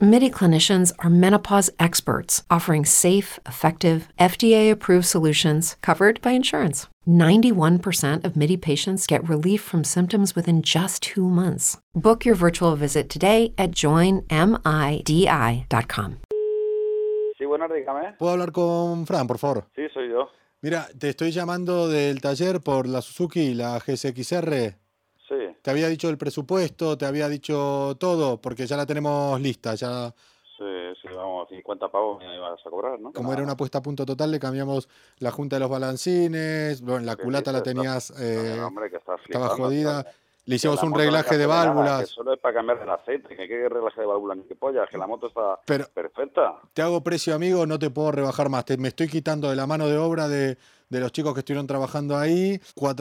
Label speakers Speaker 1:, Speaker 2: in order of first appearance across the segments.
Speaker 1: MIDI clinicians are menopause experts offering safe, effective, FDA approved solutions covered by insurance. 91% of MIDI patients get relief from symptoms within just two months. Book your virtual visit today at joinmidi.com.
Speaker 2: Sí, bueno, dígame.
Speaker 3: ¿Puedo hablar con Fran, por favor?
Speaker 2: Sí, soy yo.
Speaker 3: Mira, te estoy llamando del taller por la Suzuki, la GSXR.
Speaker 2: Sí.
Speaker 3: Te había dicho el presupuesto, te había dicho todo, porque ya la tenemos lista. Ya,
Speaker 2: Sí, sí, vamos, 50 pavos me ibas a cobrar, ¿no?
Speaker 3: como era una puesta a punto total, le cambiamos la junta de los balancines, bueno, la
Speaker 2: ¿Qué
Speaker 3: culata la
Speaker 2: dices?
Speaker 3: tenías, eh,
Speaker 2: No, hombre, que está
Speaker 3: estaba
Speaker 2: flipando,
Speaker 3: jodida.
Speaker 2: está-
Speaker 3: Le hicimos
Speaker 2: que la
Speaker 3: un
Speaker 2: moto no
Speaker 3: reglaje
Speaker 2: hace
Speaker 3: de
Speaker 2: nada, que
Speaker 3: válvulas.
Speaker 2: solo es para cambiar el aceite, que qué reglaje de válvulas ni qué pollas, que la moto está
Speaker 3: Pero-
Speaker 2: perfecta.
Speaker 3: Te hago precio, amigo, no te puedo rebajar más. Te, me estoy quitando de la mano de obra de, de los chicos que estuvieron trabajando ahí,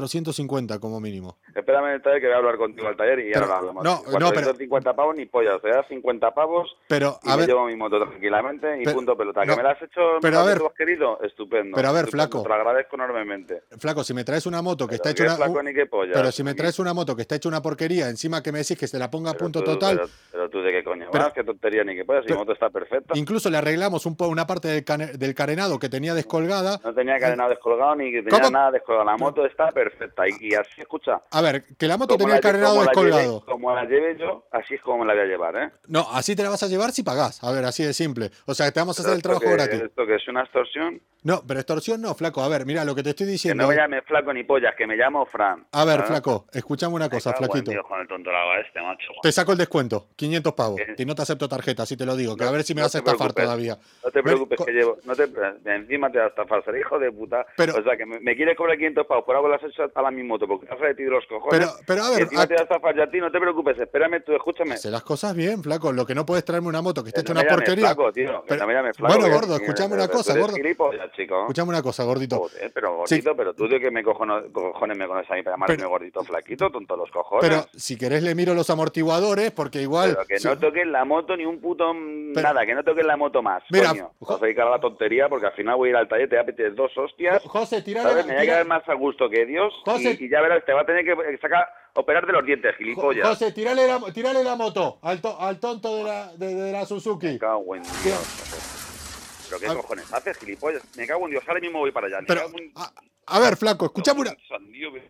Speaker 3: 450 como mínimo.
Speaker 2: Espérame en el taller que voy a hablar contigo al taller y
Speaker 3: Pero-
Speaker 2: ahora hablamos.
Speaker 3: no, no, pero-
Speaker 2: 50 pavos ni pollas, te das 50 pavos
Speaker 3: Pero,
Speaker 2: y
Speaker 3: a
Speaker 2: me
Speaker 3: ver,
Speaker 2: llevo mi moto tranquilamente y
Speaker 3: Pero-
Speaker 2: punto pelota.
Speaker 3: no,
Speaker 2: ¿Que me la has hecho en
Speaker 3: pero a
Speaker 2: lo que
Speaker 3: ver-
Speaker 2: tú has querido? Estupendo.
Speaker 3: pero a ver,
Speaker 2: estupendo,
Speaker 3: flaco.
Speaker 2: Te lo agradezco enormemente.
Speaker 3: flaco, si me traes una moto que
Speaker 2: Pero
Speaker 3: está hecha
Speaker 2: qué
Speaker 3: una...
Speaker 2: flaco ni qué pollas.
Speaker 3: Pero si me
Speaker 2: Aquí-
Speaker 3: traes una moto que está hecha una porquería, encima que me decís que se la ponga a
Speaker 2: Pero
Speaker 3: punto
Speaker 2: tú-
Speaker 3: total,
Speaker 2: Pero, pero tú de qué coño
Speaker 3: Pero-
Speaker 2: vas, qué tontería ni qué puedas, si mi
Speaker 3: pero-
Speaker 2: moto está perfecta.
Speaker 3: incluso le arreglamos un po- una parte del, cane- del carenado que tenía descolgada.
Speaker 2: No tenía cadenado descolgado ni que tenía
Speaker 3: ¿Cómo?
Speaker 2: nada descolgado. La moto está perfecta. Y, y así, escucha.
Speaker 3: A ver, que la moto
Speaker 2: como
Speaker 3: tenía el
Speaker 2: lle-
Speaker 3: carenado
Speaker 2: como la lleve-
Speaker 3: descolgado.
Speaker 2: como la lleve yo, así es como me la voy a llevar, ¿eh?
Speaker 3: No, así te la vas a llevar si pagás. A ver, así de simple. O sea, te vamos a hacer
Speaker 2: Pero esto
Speaker 3: el trabajo
Speaker 2: que-
Speaker 3: gratis.
Speaker 2: Esto que es una extorsión.
Speaker 3: No, pero extorsión no, flaco. A ver, mira lo que te estoy
Speaker 2: Que
Speaker 3: diciendo.
Speaker 2: no me llame flaco ni pollas, que me llamo Fran.
Speaker 3: a ver,
Speaker 2: ¿Ah?
Speaker 3: flaco, escuchame una
Speaker 2: Me
Speaker 3: cosa,
Speaker 2: cago en
Speaker 3: flaquito.
Speaker 2: Dios con el tontolago este, macho.
Speaker 3: Te saco el descuento, 500 pavos.
Speaker 2: Eh,
Speaker 3: Y no te acepto tarjeta, así te lo digo, que a ver si me
Speaker 2: no
Speaker 3: vas a
Speaker 2: te
Speaker 3: estafar
Speaker 2: preocupes.
Speaker 3: todavía.
Speaker 2: No te
Speaker 3: Ven,
Speaker 2: preocupes
Speaker 3: co-
Speaker 2: que llevo, no te pre- encima te vas a estafar, ser hijo de puta.
Speaker 3: Pero-
Speaker 2: o sea, que me, me quieres cobrar 500 pavos por algo las hechas a la misma moto, porque te has de ti de los cojones.
Speaker 3: Pero- pero, a ver,
Speaker 2: y encima
Speaker 3: a-
Speaker 2: te vas a estafar ya a ti, no te preocupes, espérame tú, escúchame.
Speaker 3: Hace las cosas bien, flaco. Lo que no puedes traerme una moto que esté
Speaker 2: Que
Speaker 3: hecha
Speaker 2: no
Speaker 3: una
Speaker 2: me llames
Speaker 3: porquería.
Speaker 2: flaco, tío, que
Speaker 3: Pero-
Speaker 2: no me llames flaco,
Speaker 3: bueno,
Speaker 2: que-
Speaker 3: gordo,
Speaker 2: que-
Speaker 3: escuchame una
Speaker 2: pero tú
Speaker 3: cosa,
Speaker 2: eres
Speaker 3: gordo.
Speaker 2: gilipollas, chico.
Speaker 3: Escuchame una cosa, gordito.
Speaker 2: Joder, pero gordito, pero tú de que me cojono- cojones me conoces a mí para llamarme
Speaker 3: Pero-
Speaker 2: gordito flaquito, tonto los cojones.
Speaker 3: Pero si querés le miro los amortiguadores, porque igual.
Speaker 2: Pero que
Speaker 3: si-
Speaker 2: no toques la moto ni un puto mm,
Speaker 3: Pero-
Speaker 2: nada, que no toques la moto más.
Speaker 3: Mira,
Speaker 2: coño.
Speaker 3: jo-
Speaker 2: Os dedicar a la tontería porque al final voy a ir al taller, te voy a meter dos hostias.
Speaker 3: José, tirale.
Speaker 2: ¿Sabes? Me voy a
Speaker 3: tira-
Speaker 2: quedar más a gusto que Dios. y-
Speaker 3: José-
Speaker 2: Y, ya verás, te va a tener que sacar, operar de los dientes,
Speaker 3: Jo-
Speaker 2: gilipollas.
Speaker 3: José, tirale la, tirale la moto al, to- al tonto de la, de, de la Suzuki.
Speaker 2: Me cago en Dios. ¿Pero qué
Speaker 3: A-
Speaker 2: cojones haces, gilipollas? Me cago en Dios, ahora mismo voy para allá. Me
Speaker 3: Ah. Pero, ah,
Speaker 2: cago en-
Speaker 3: a, a ver, flaco, escuchame una.
Speaker 2: Sandío, que-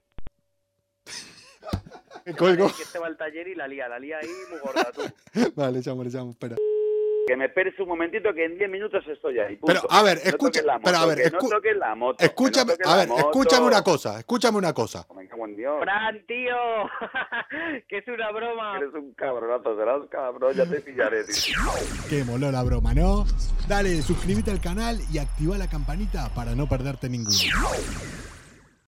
Speaker 3: Me colgo.
Speaker 2: Que se va al taller y la lía, la lía ahí muy gorda tú.
Speaker 3: Vale, llamo, le llamo, espera.
Speaker 2: Que me esperes un momentito que en 10 minutos estoy ahí. punto.
Speaker 3: Pero, a ver,
Speaker 2: No
Speaker 3: escucha-
Speaker 2: toques la moto,
Speaker 3: pero, a ver,
Speaker 2: que no
Speaker 3: escu-
Speaker 2: toques la moto. que no
Speaker 3: Escúchame,
Speaker 2: toques
Speaker 3: a
Speaker 2: la
Speaker 3: ver,
Speaker 2: moto. Oh,
Speaker 3: escúchame una cosa, escúchame una cosa.
Speaker 2: Me cago en Dios.
Speaker 4: Fran, tío, que es una broma.
Speaker 2: Eres un cabronazo, serás cabrón, ya te pillaré, tío.
Speaker 3: Qué moló la broma, ¿no? Dale, suscríbete al canal y activa la campanita para no perderte ninguno.